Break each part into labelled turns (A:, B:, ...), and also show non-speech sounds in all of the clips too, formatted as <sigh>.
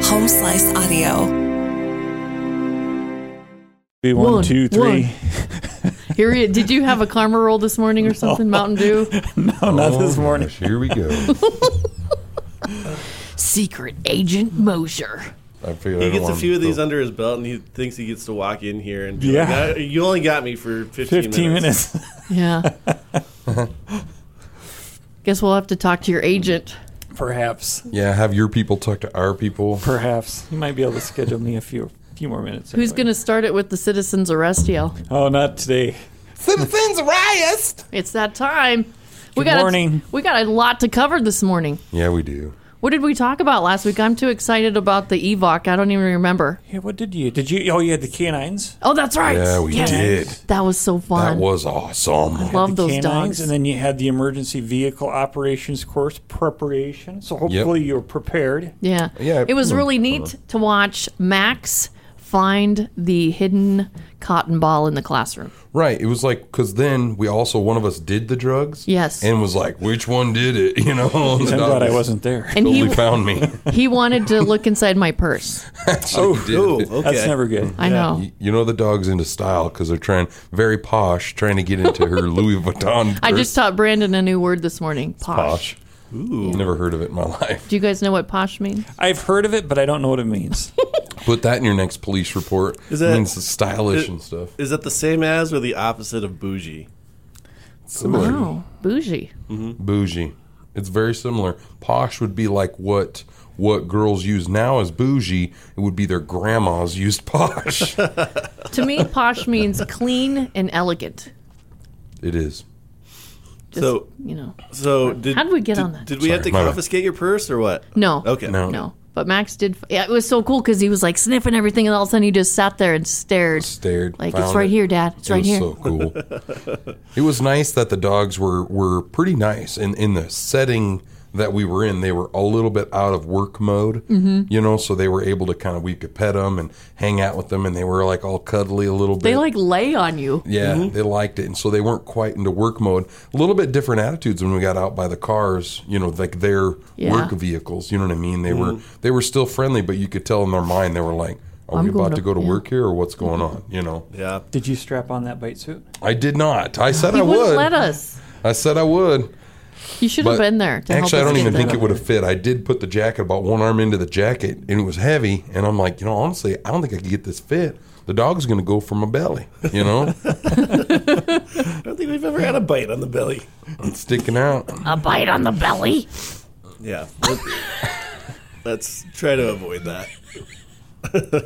A: Slice Audio.
B: Be one, two, three.
C: Here, you- did you have a climber roll this morning or something? Mountain Dew
B: <laughs> No,
D: Uh,
B: not this
E: Oh,
B: morning.
E: gosh, here we
D: <laughs>
E: go.
C: secret agent Mosher.
E: I figured I
D: He
E: don't
D: gets a
E: want
D: few of
E: to-
D: these under his belt, and he thinks he gets to walk in here and be
B: Yeah.
D: like, "I- you only got me for 15,
B: 15
D: minutes.
B: minutes.
D: <laughs>
C: Yeah. Guess we'll have to talk to your agent.
B: <laughs> Perhaps.
E: Yeah, have your people talk to our people.
B: Perhaps. You might be able to schedule me a few few more minutes.
C: Who's
B: anyway.
C: going to start it with the citizens arrest yell?
B: Oh, not today.
E: Citizens riot.
C: It's that time. we
B: Good
C: got
B: morning.
C: A, we got a lot to cover this morning.
E: Yeah, we do.
C: What did we talk about last week? I'm too excited about the Evoc. I don't even remember.
B: Yeah, what did you? Did you? Oh, you had the canines.
C: Oh, that's right.
E: Yeah, we
C: Yes.
E: did.
C: That was so fun.
E: That was awesome.
C: Love
B: the
C: Um, those
B: canines,
C: dogs.
B: And then you had the emergency vehicle operations course preparation. So hopefully you're prepared.
C: Yeah.
E: Yeah,
C: It was
E: mm,
C: really neat to watch Max find the hidden cotton ball in the classroom.
E: Right. It was like because then we also one of us did the drugs.
C: Yes.
E: And was like, which one did it? <laughs> You know. I'm
B: I'm glad I wasn't there.
C: And he
E: Totally found me.
D: <laughs>
E: <laughs>
C: he wanted to look inside my purse.
E: Actually did
D: Oh,
E: it.
D: okay.
B: That's never good.
C: I know.
E: You know the dog's into style because they're trying very posh, trying to get
C: <laughs>
E: into her Louis Vuitton.
C: I
E: purse.
C: just taught Brandon a new word this morning. Posh.
E: posh. Never heard of it in my <laughs> life.
C: Do you guys know what posh means?
B: I've heard of it, but I don't know what it
C: <laughs>
B: means.
E: Put that in your next police report.
D: Is that-
E: it means it's stylish
D: Is-
E: and stuff?
D: Is that the same as or the opposite of bougie?
C: Wow. Bougie.
E: bougie. It's very similar. Posh would be like what what girls use now as bougie. It would be their grandmas used posh.
C: to me, posh means clean and elegant.
E: it is.
C: Just,
D: So-
C: you know.
D: So did
C: How did we get
D: did-
C: on that?
D: Did we have
E: Sorry,
D: to
E: my bad.
D: confiscate your purse or what?
C: No.
D: Okay.
E: No.
C: No. But Max did. Yeah, it was so cool because he was like sniffing everything, and all of a sudden he just sat there and stared.
E: Stared.
C: Like,
E: found
C: it's right
E: it.
C: here, Dad. It's
E: It
C: right
E: was
C: here.
E: so cool. it was nice that the dogs were were pretty nice and in the setting that we were in they were a little bit out of work mode
C: Mm-hmm.
E: you know so they were able to kind of we could pet them and hang out with them and they were like all cuddly a little bit
C: they like lay on you.
E: Yeah, they liked it, and so they weren't quite into work mode. A little bit different attitudes when we got out by the cars, you know, like their
C: Yeah. Mm-hmm.
E: work vehicles. You know what I mean? They were they were still friendly, but you could tell in their mind they were like, "Are
C: I'm
E: we
C: going to-
E: about to, go to
C: yeah. Mm-hmm.
E: work here, or what's going on?" You know.
D: Yeah.
B: Did you strap on that bite suit?
E: I did not. I said I
C: He wouldn't
E: would.
C: let us.
E: I said I would.
C: You should have
E: But
C: been there. To
E: actually, I
C: help us
E: don't
C: get
E: even
C: that
E: think
C: up.
E: it would have fit. I did put the jacket about one arm into the jacket, and it was heavy. And I'm like, you know, honestly, I don't think I could get this fit. The dog's going to go for my belly, you
C: <laughs>
E: know,
D: I don't think we've ever had a bite on the belly.
E: it's sticking out.
C: a bite on the belly.
D: Yeah. Let- <laughs> Let's try to avoid that.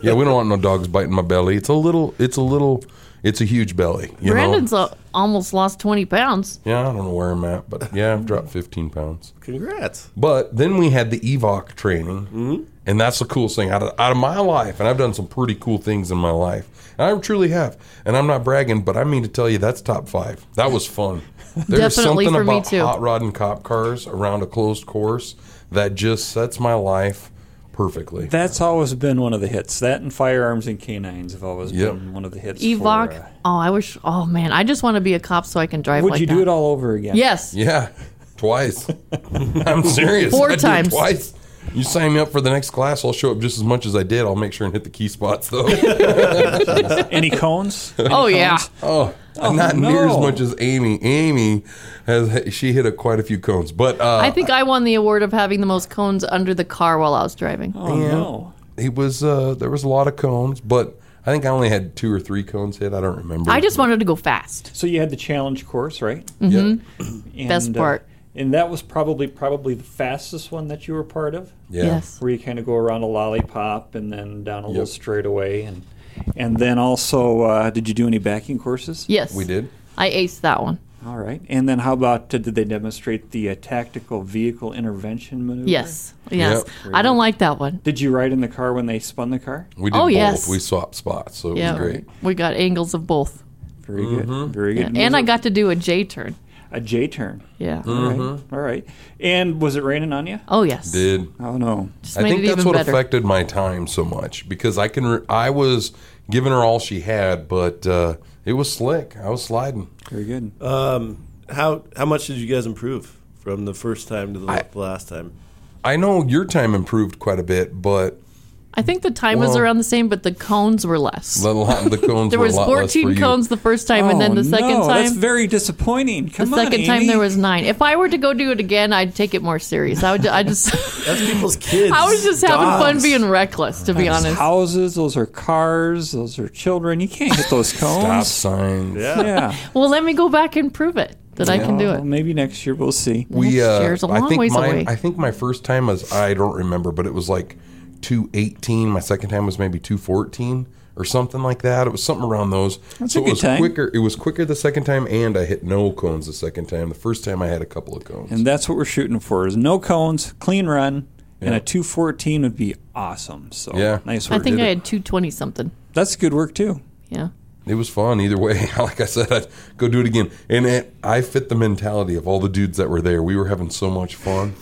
E: Yeah, we don't want no dogs biting my belly. It's a little. It's a little. It's a huge belly. You
C: Brandon's
E: know.
C: uh, almost lost twenty pounds.
E: yeah, I don't know where I'm at, but yeah, I've dropped 15 pounds.
D: Congrats.
E: But then we had the EVOC training, and that's the coolest thing out of, out of my life. And I've done some pretty cool things in my life, and I truly have. And I'm not bragging, but I mean to tell you that's top five. That
C: <laughs>
E: was fun. There was
C: Definitely for
E: something
C: me
E: about
C: too.
E: hot rod and cop cars around a closed course that just sets my life perfectly.
B: That's always been one of the hits. That and firearms and canines have always
E: Yep.
B: been one of the hits. for,
C: Evoc.
B: uh,
C: oh, I wish. Oh man, I just want to be a cop so I can drive.
B: would
C: like
B: you do
C: that.
B: it all over again?
C: Yes.
E: Yeah, twice. <laughs> I'm serious.
C: Four
E: I did
C: times.
E: twice. You sign me up for the next class, I'll show up just as much as I did. I'll make sure and hit the key spots <laughs> though.
B: Any
C: <laughs>
B: cones?
C: Oh yeah.
E: oh, not near as
B: no.
E: much as Amy. Amy has she hit a, quite a few cones, but uh,
C: I think I won the award of having the most cones under the car while I was driving.
B: Oh, no.
E: it was uh, there was a lot of cones, but I think I only had two or three cones hit. I don't remember.
C: I just wanted to go fast.
B: So you had the challenge course, right?
E: Yep.
B: And,
C: Mm-hmm. Best
B: uh,
C: part.
B: and that was probably probably the fastest one that you were part of,
E: Yeah.
C: Yes.
B: where you kind of go around a lollipop and then down a little straightaway, and and then also, uh, did you do any backing courses?
C: Yes.
E: we did.
C: I aced that one.
B: All right. And then how about uh, did they demonstrate the uh, tactical vehicle intervention maneuver?
C: Yes. Yes.
E: Yep.
C: I don't like that one.
B: Did you ride in the car when they spun the car?
E: We did
C: Oh,
E: both.
C: yes.
E: We swapped spots, so it
C: Yeah.
E: was great.
C: We got angles of both.
B: Very good. Very good.
C: And I got to do a J turn.
B: a J turn.
C: Yeah.
E: Mm.
B: All right. All right. And was it raining on you?
C: Oh yes.
E: Did
B: Oh no.
C: Just
E: I
C: made
E: think
C: it
E: that's
C: even
E: what
C: better.
E: affected my time so much because I can. Re- I was giving her all she had, but uh, it was slick. I was sliding.
B: Very good.
D: How how much did you guys improve from the first time to the last time?
E: I know your time improved quite a bit, but
C: I think the time was
E: Well-
C: around the same, but the cones were less.
E: The,
C: <laughs>
E: lot, the cones
C: there
E: were
C: was
E: a lot less for
C: 14
E: you. Oh,
C: cones the first time, and then the second
B: Oh, no,
C: time.
B: that's very disappointing.
C: the
B: Come on,
C: second time
B: Amy.
C: there was nine. If I were to go do it again, I'd take it more serious. I would. ju- I
E: <laughs>
C: just. <laughs>
D: That's people's kids.
C: I was just having fun
D: dogs.
C: being reckless, to be
B: Those
C: honest.
B: houses, those are cars, those are children. You can't hit
E: <laughs>
B: those
E: Stop
B: cones.
E: signs.
D: Yeah.
B: Yeah.
C: Well, let me go back and prove it that <laughs> I can do
B: Well,
C: it.
B: maybe next year we'll see.
E: We,
C: Next
E: uh,
C: year's a long
E: I think
C: ways
E: mine,
C: away.
E: I think my first time was, I don't remember, but it was like 218. My second time was maybe 214 or something like that. It was something around those.
B: That's
E: so
B: a
E: it
B: good
E: was
B: time.
E: quicker. It was quicker the second time, and I hit no cones the second time. The first time I had a couple of cones.
B: And that's what we're shooting for is no cones, clean run, and a 214 would be awesome. So
E: Yeah.
B: nice
C: I
B: work.
C: think I
E: it.
C: had 220 something.
B: That's good work too.
C: Yeah.
E: It was fun either way. <laughs> Like I said, I'd go do it again. And it, I fit the mentality of all the dudes that were there. We were having so much fun.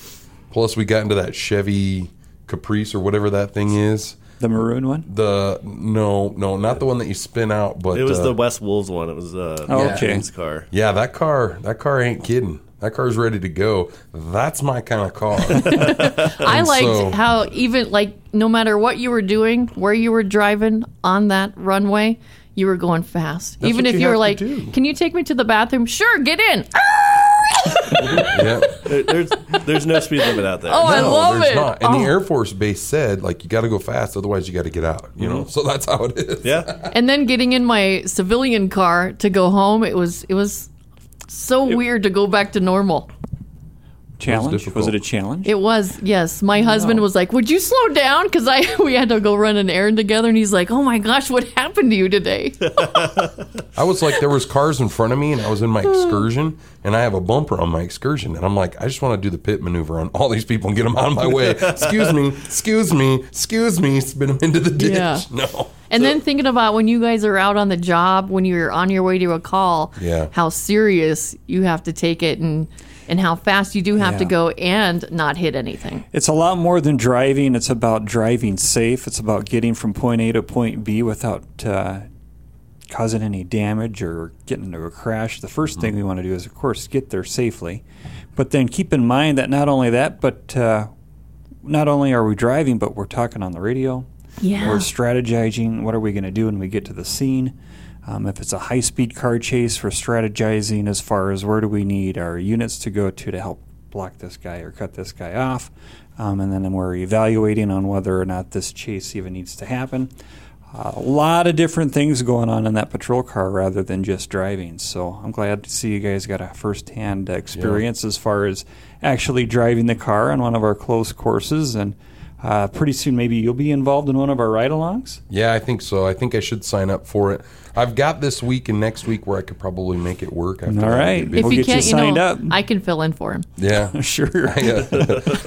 E: Plus, we got into that Chevy Caprice or whatever that thing is.
B: The maroon one.
E: The no, no, not the one that you spin out, but
D: It was
E: uh,
D: the West Wolves one. It was uh,
B: Oh,
D: Matt
B: okay.
D: Green's car.
E: yeah. That car, that car ain't kidding. That car's ready to go. That's my kind of
D: <laughs>
E: car.
C: I liked
E: so-
C: how even like no matter what you were doing, where you were driving on that runway, you were going fast. even
E: what
C: if
E: you
C: you were
E: have to
C: like,
E: do.
C: "Can you take me to the bathroom?" Sure, get in. Ah!
E: yeah.
D: There, there's there's no speed limit out there.
C: Oh, I
E: No,
C: love
E: there's
C: it.
E: Not. And
C: Oh.
E: the Air Force Base said, like, you got to go fast, otherwise you got to get out. You
D: Mm-hmm.
E: know, so that's how it is.
D: yeah.
C: And then getting in my civilian car to go home, it was it was so weird to go back to normal.
B: Challenge. Was,
E: difficult.
B: it a challenge?
C: It was, yes. My husband was like, "Would you slow down?" Because I <laughs> we had to go run an errand together, and he's like, "Oh my gosh, what happened to you today?"
B: <laughs>
E: I was like, there was cars in front of me, and I was in my excursion, and I have a bumper on my excursion, and I'm like, I just want to do the pit maneuver on all these people and get them out of
B: <laughs>
E: my way. excuse me, excuse me, excuse me, spin them into the ditch.
C: Yeah.
E: <laughs> No,
C: And then thinking about when you guys are out on the job, when you're on your way to a call,
E: Yeah.
C: how serious you have to take it and and how fast you do have to
B: Yeah.
C: go and not hit anything.
B: It's a lot more than driving. It's about driving safe. It's about getting from point A to point B without uh, causing any damage or getting into a crash. The 1st thing we want to do is, of course, get there safely. But then keep in mind that not only that, but uh, not only are we driving, but we're talking on the radio.
C: Yeah.
B: We're strategizing. What are we going to do when we get to the scene? Um, if it's a high speed car chase, we're strategizing as far as where do we need our units to go to to help block this guy or cut this guy off. Um, and then we're evaluating on whether or not this chase even needs to happen. a lot of different things going on in that patrol car rather than just driving. So I'm glad to see you guys got a first hand experience as far as actually driving the car on one of our close courses. And uh, pretty soon, maybe you'll be involved in one of our ride
E: <laughs>
B: alongs.
E: yeah, I think so. I think I should sign up for it. I've got this week and next week where I could probably make it work. After
B: All
E: that.
B: right.
C: if
B: We'll get
C: you
B: you
C: can't, you,
B: signed
C: know,
B: up.
C: I can fill in for him.
E: yeah,
B: Sure.
E: <laughs> Yeah.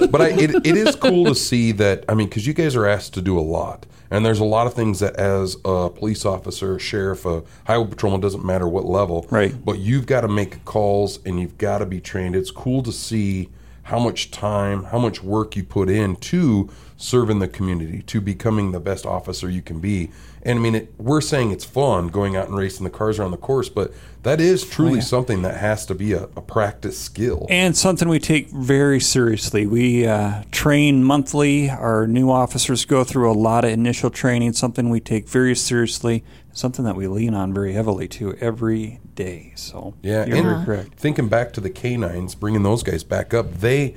E: but I, it, it is cool to see that. I mean, because you guys are asked to do a lot, and there's a lot of things that, as a police officer, a sheriff, a highway patrolman, doesn't matter what level,
B: Right.
E: But you've got to make calls and you've got to be trained. It's cool to see how much time, how much work you put in to serving the community, to becoming the best officer you can be. And I mean, it, we're saying it's fun going out and racing the cars around the course, but that is truly something that has to be a, a practice skill.
B: and something we take very seriously. We uh, train monthly. Our new officers go through a lot of initial training, something we take very seriously, something that we lean on very heavily to every day. So,
E: Yeah,
B: you're
E: and
B: very correct.
E: Thinking back to the canines, bringing those guys back up, they,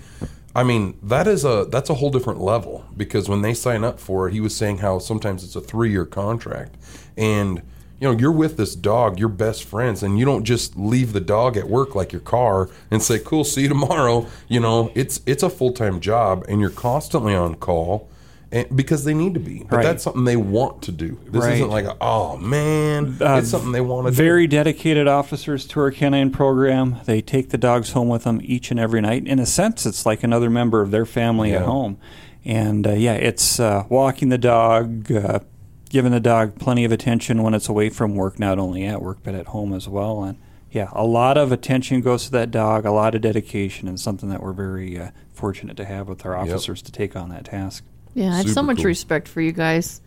E: I mean, that is a that's a whole different level because when they sign up for it, he was saying how sometimes it's a three year contract, and you know you're with this dog, you're best friends, and you don't just leave the dog at work like your car and say, "Cool, see you <laughs> tomorrow." You know, it's it's a full time job, and you're constantly on call. And because they need to be, but
B: Right.
E: that's something they want to do. This
B: Right. Uh,
E: isn't like, a, oh man, it's something they want to do.
B: Very dedicated officers to our canine program. They take the dogs home with them each and every night. In a sense, it's like another member of their family at
E: Yeah.
B: home. And uh, yeah, it's uh, walking the dog, uh, giving the dog plenty of attention when it's away from work, not only at work but at home as well. And yeah, a lot of attention goes to that dog, a lot of dedication, and something that we're very uh, fortunate to have with our officers to take on that task.
C: Yeah, I have so
E: Super
C: much
E: cool.
C: respect for you guys.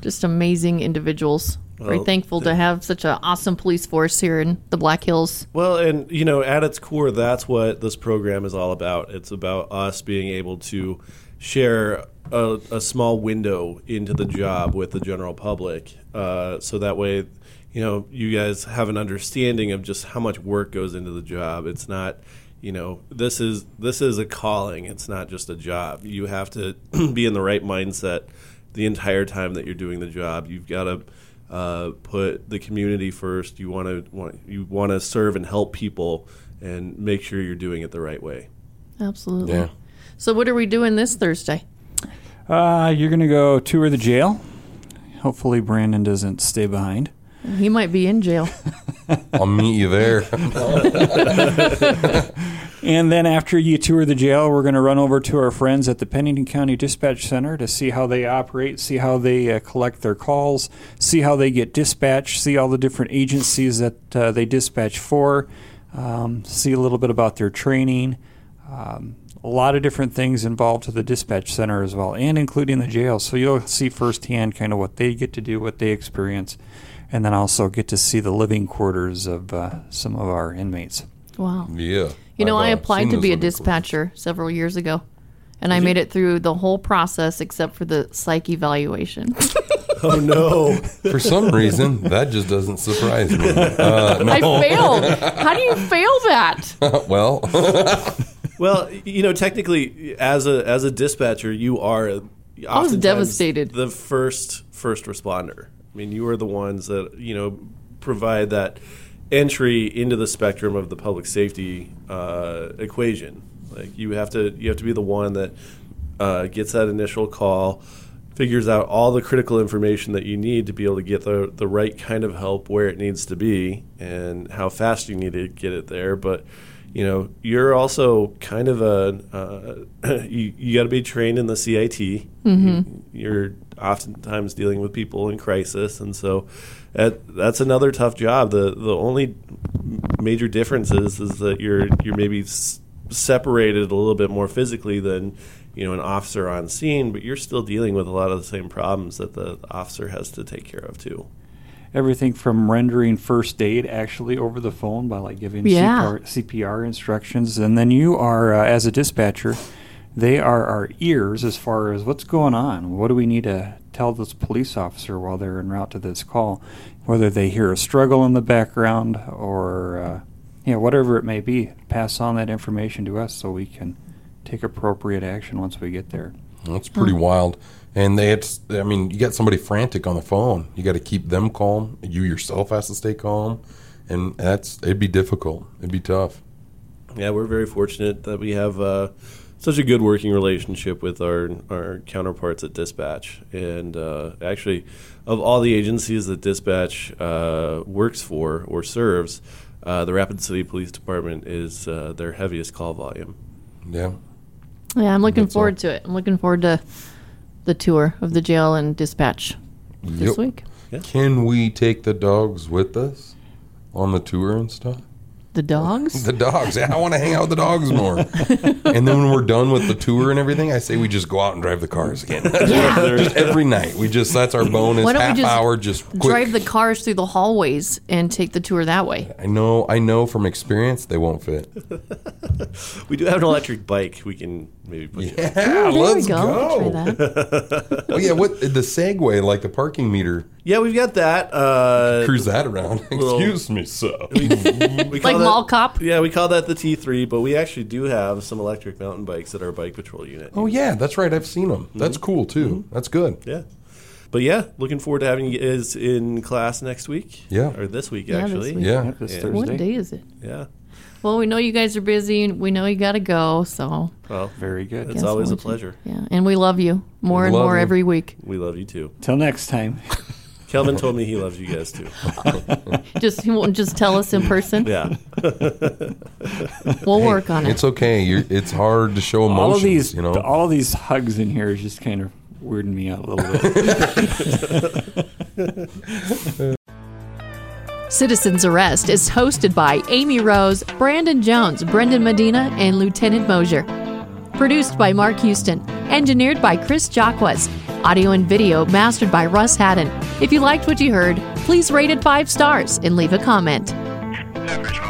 C: Just amazing individuals. Very
D: Well,
C: thankful to have such an awesome police force here in the Black Hills.
D: Well, and you know, at its core, that's what this program is all about. It's about us being able to share a, a small window into the job with the general public. Uh, so that way, you know, you guys have an understanding of just how much work goes into the job. It's not, you know, this is this is a calling. It's not just a job. You have to <clears throat> be in the right mindset the entire time that you're doing the job. You've got to uh, put the community first. You want to want you want to serve and help people and make sure you're doing it the right way.
C: Absolutely.
E: Yeah.
C: So what are we doing this Thursday?
B: Uh, you're going to go tour the jail. Hopefully, Brandon doesn't stay behind.
C: He might be in
E: <laughs>
C: jail.
E: I'll meet you there. <laughs>
B: And then after you tour the jail, we're going to run over to our friends at the Pennington County Dispatch Center to see how they operate, see how they uh, collect their calls, see how they get dispatched, see all the different agencies that uh, they dispatch for, um, see a little bit about their training. Um, a lot of different things involved to the dispatch center as well, and including the jail. So you'll see firsthand kind of what they get to do, what they experience, and then also get to see the living quarters of uh, some of our inmates.
C: Wow.
E: yeah.
C: You know,
E: I've,
C: I
E: uh,
C: applied
E: seen
C: to
E: those
C: be a
E: other cool-
C: dispatcher several years ago, and I made it through the whole process except for the psych
E: <laughs>
C: evaluation. <laughs>
D: Oh <laughs> no.
E: For some reason, that just doesn't surprise me. Uh,
C: I failed. How do you fail that?
E: <laughs> well,
D: Well, you know, technically, as a as a dispatcher, you are. oftentimes
C: devastated.
D: The first first responder. I mean, you are the ones that you know provide that entry into the spectrum of the public safety uh, equation. Like you have to you have to be the one that uh, gets that initial call, figures out all the critical information that you need to be able to get the the right kind of help where it needs to be and how fast you need to get it there, but you know, you're also kind of a uh, <clears throat> you, you got to be trained in the CIT. You, are oftentimes dealing with people in crisis, and so that, that's another tough job. the The only major difference is, is that you're you're maybe s- separated a little bit more physically than you know an officer on scene, but you're still dealing with a lot of the same problems that the officer has to take care of too.
B: everything from rendering first aid actually over the phone by like giving
C: Yeah.
B: CPR, CPR instructions, and then you are uh, as a dispatcher, they are our ears as far as what's going on. What do we need to tell this police officer while they're en route to this call, whether they hear a struggle in the background or uh, yeah, whatever it may be, pass on that information to us so we can take appropriate action once we get there.
E: that's pretty
C: Hmm.
E: wild. And they, had to- I mean, you got somebody frantic on the phone. You got to keep them calm. You yourself has to stay calm, and that's it'd be difficult. It'd be tough.
D: Yeah, we're very fortunate that we have uh, such a good working relationship with our our counterparts at Dispatch, and uh, actually, of all the agencies that Dispatch uh, works for or serves, uh, the Rapid City Police Department is uh, their heaviest call volume.
E: Yeah.
C: Yeah, I'm looking
E: That's all.
C: forward to it. I'm looking forward to the tour of the jail and dispatch this
E: Yep.
C: week.
E: Can we take the dogs with us on the tour and stuff?
C: The dogs?
E: <laughs> The dogs. Yeah, I want to hang out with the dogs more. and then when we're done with the tour and everything, I say we just go out and drive the cars again. <laughs> just every night. We just that's our bonus
C: Why don't we
E: half
C: just
E: hour. Just quick.
C: Drive the cars through the hallways and take the tour that way.
E: I know. I know from experience they won't fit.
D: We do have an electric bike. We can maybe put you-
E: Yeah,
C: Oh, there
E: let's
C: we go. Try that.
E: Oh yeah, what the Segway like the parking meter?
D: Yeah, we've got that. Uh,
E: Cruise that around. <laughs> Excuse me, sir.
D: we call
C: Like
D: that-
C: mall cop?
D: Yeah, we call that the T3, but we actually do have some electric mountain bikes at our bike patrol unit.
E: Oh yeah, that's right. I've seen them. That's cool too. That's good.
D: Yeah. But yeah, looking forward to having you guys in class next week.
E: Yeah.
D: Or this week,
C: Yeah, this
D: actually.
C: week.
E: Yeah.
B: Yep, this
D: Yeah.
B: Thursday.
C: What day is it?
D: Yeah.
C: Well, we know you guys are busy. and We know you got to go. So,
D: Well,
B: Very good.
D: it's
C: Yes,
D: always a
C: won't you?
D: pleasure.
C: yeah. And we love you more and
E: love
C: more
E: you.
C: every week.
D: We love you too.
B: Till next time.
D: Kelvin told me he loves you guys
C: <laughs>
D: too.
C: Just he won't just tell us in person.
D: <laughs> Yeah.
C: We'll work on it.
E: It's okay. You're, it's hard to show emotions.
B: all of these,
E: you know.
B: all of these hugs in here is just kind of weirding me out a little bit.
C: Citizens Arrest is hosted by Amy Rose, Brandon Jones, Brendan Medina, and Lieutenant Mosier. Produced by Mark Houston. Engineered by Chris Jacques. Audio and video mastered by Russ Haddon. If you liked what you heard, please rate it five stars and leave a comment.
A: Average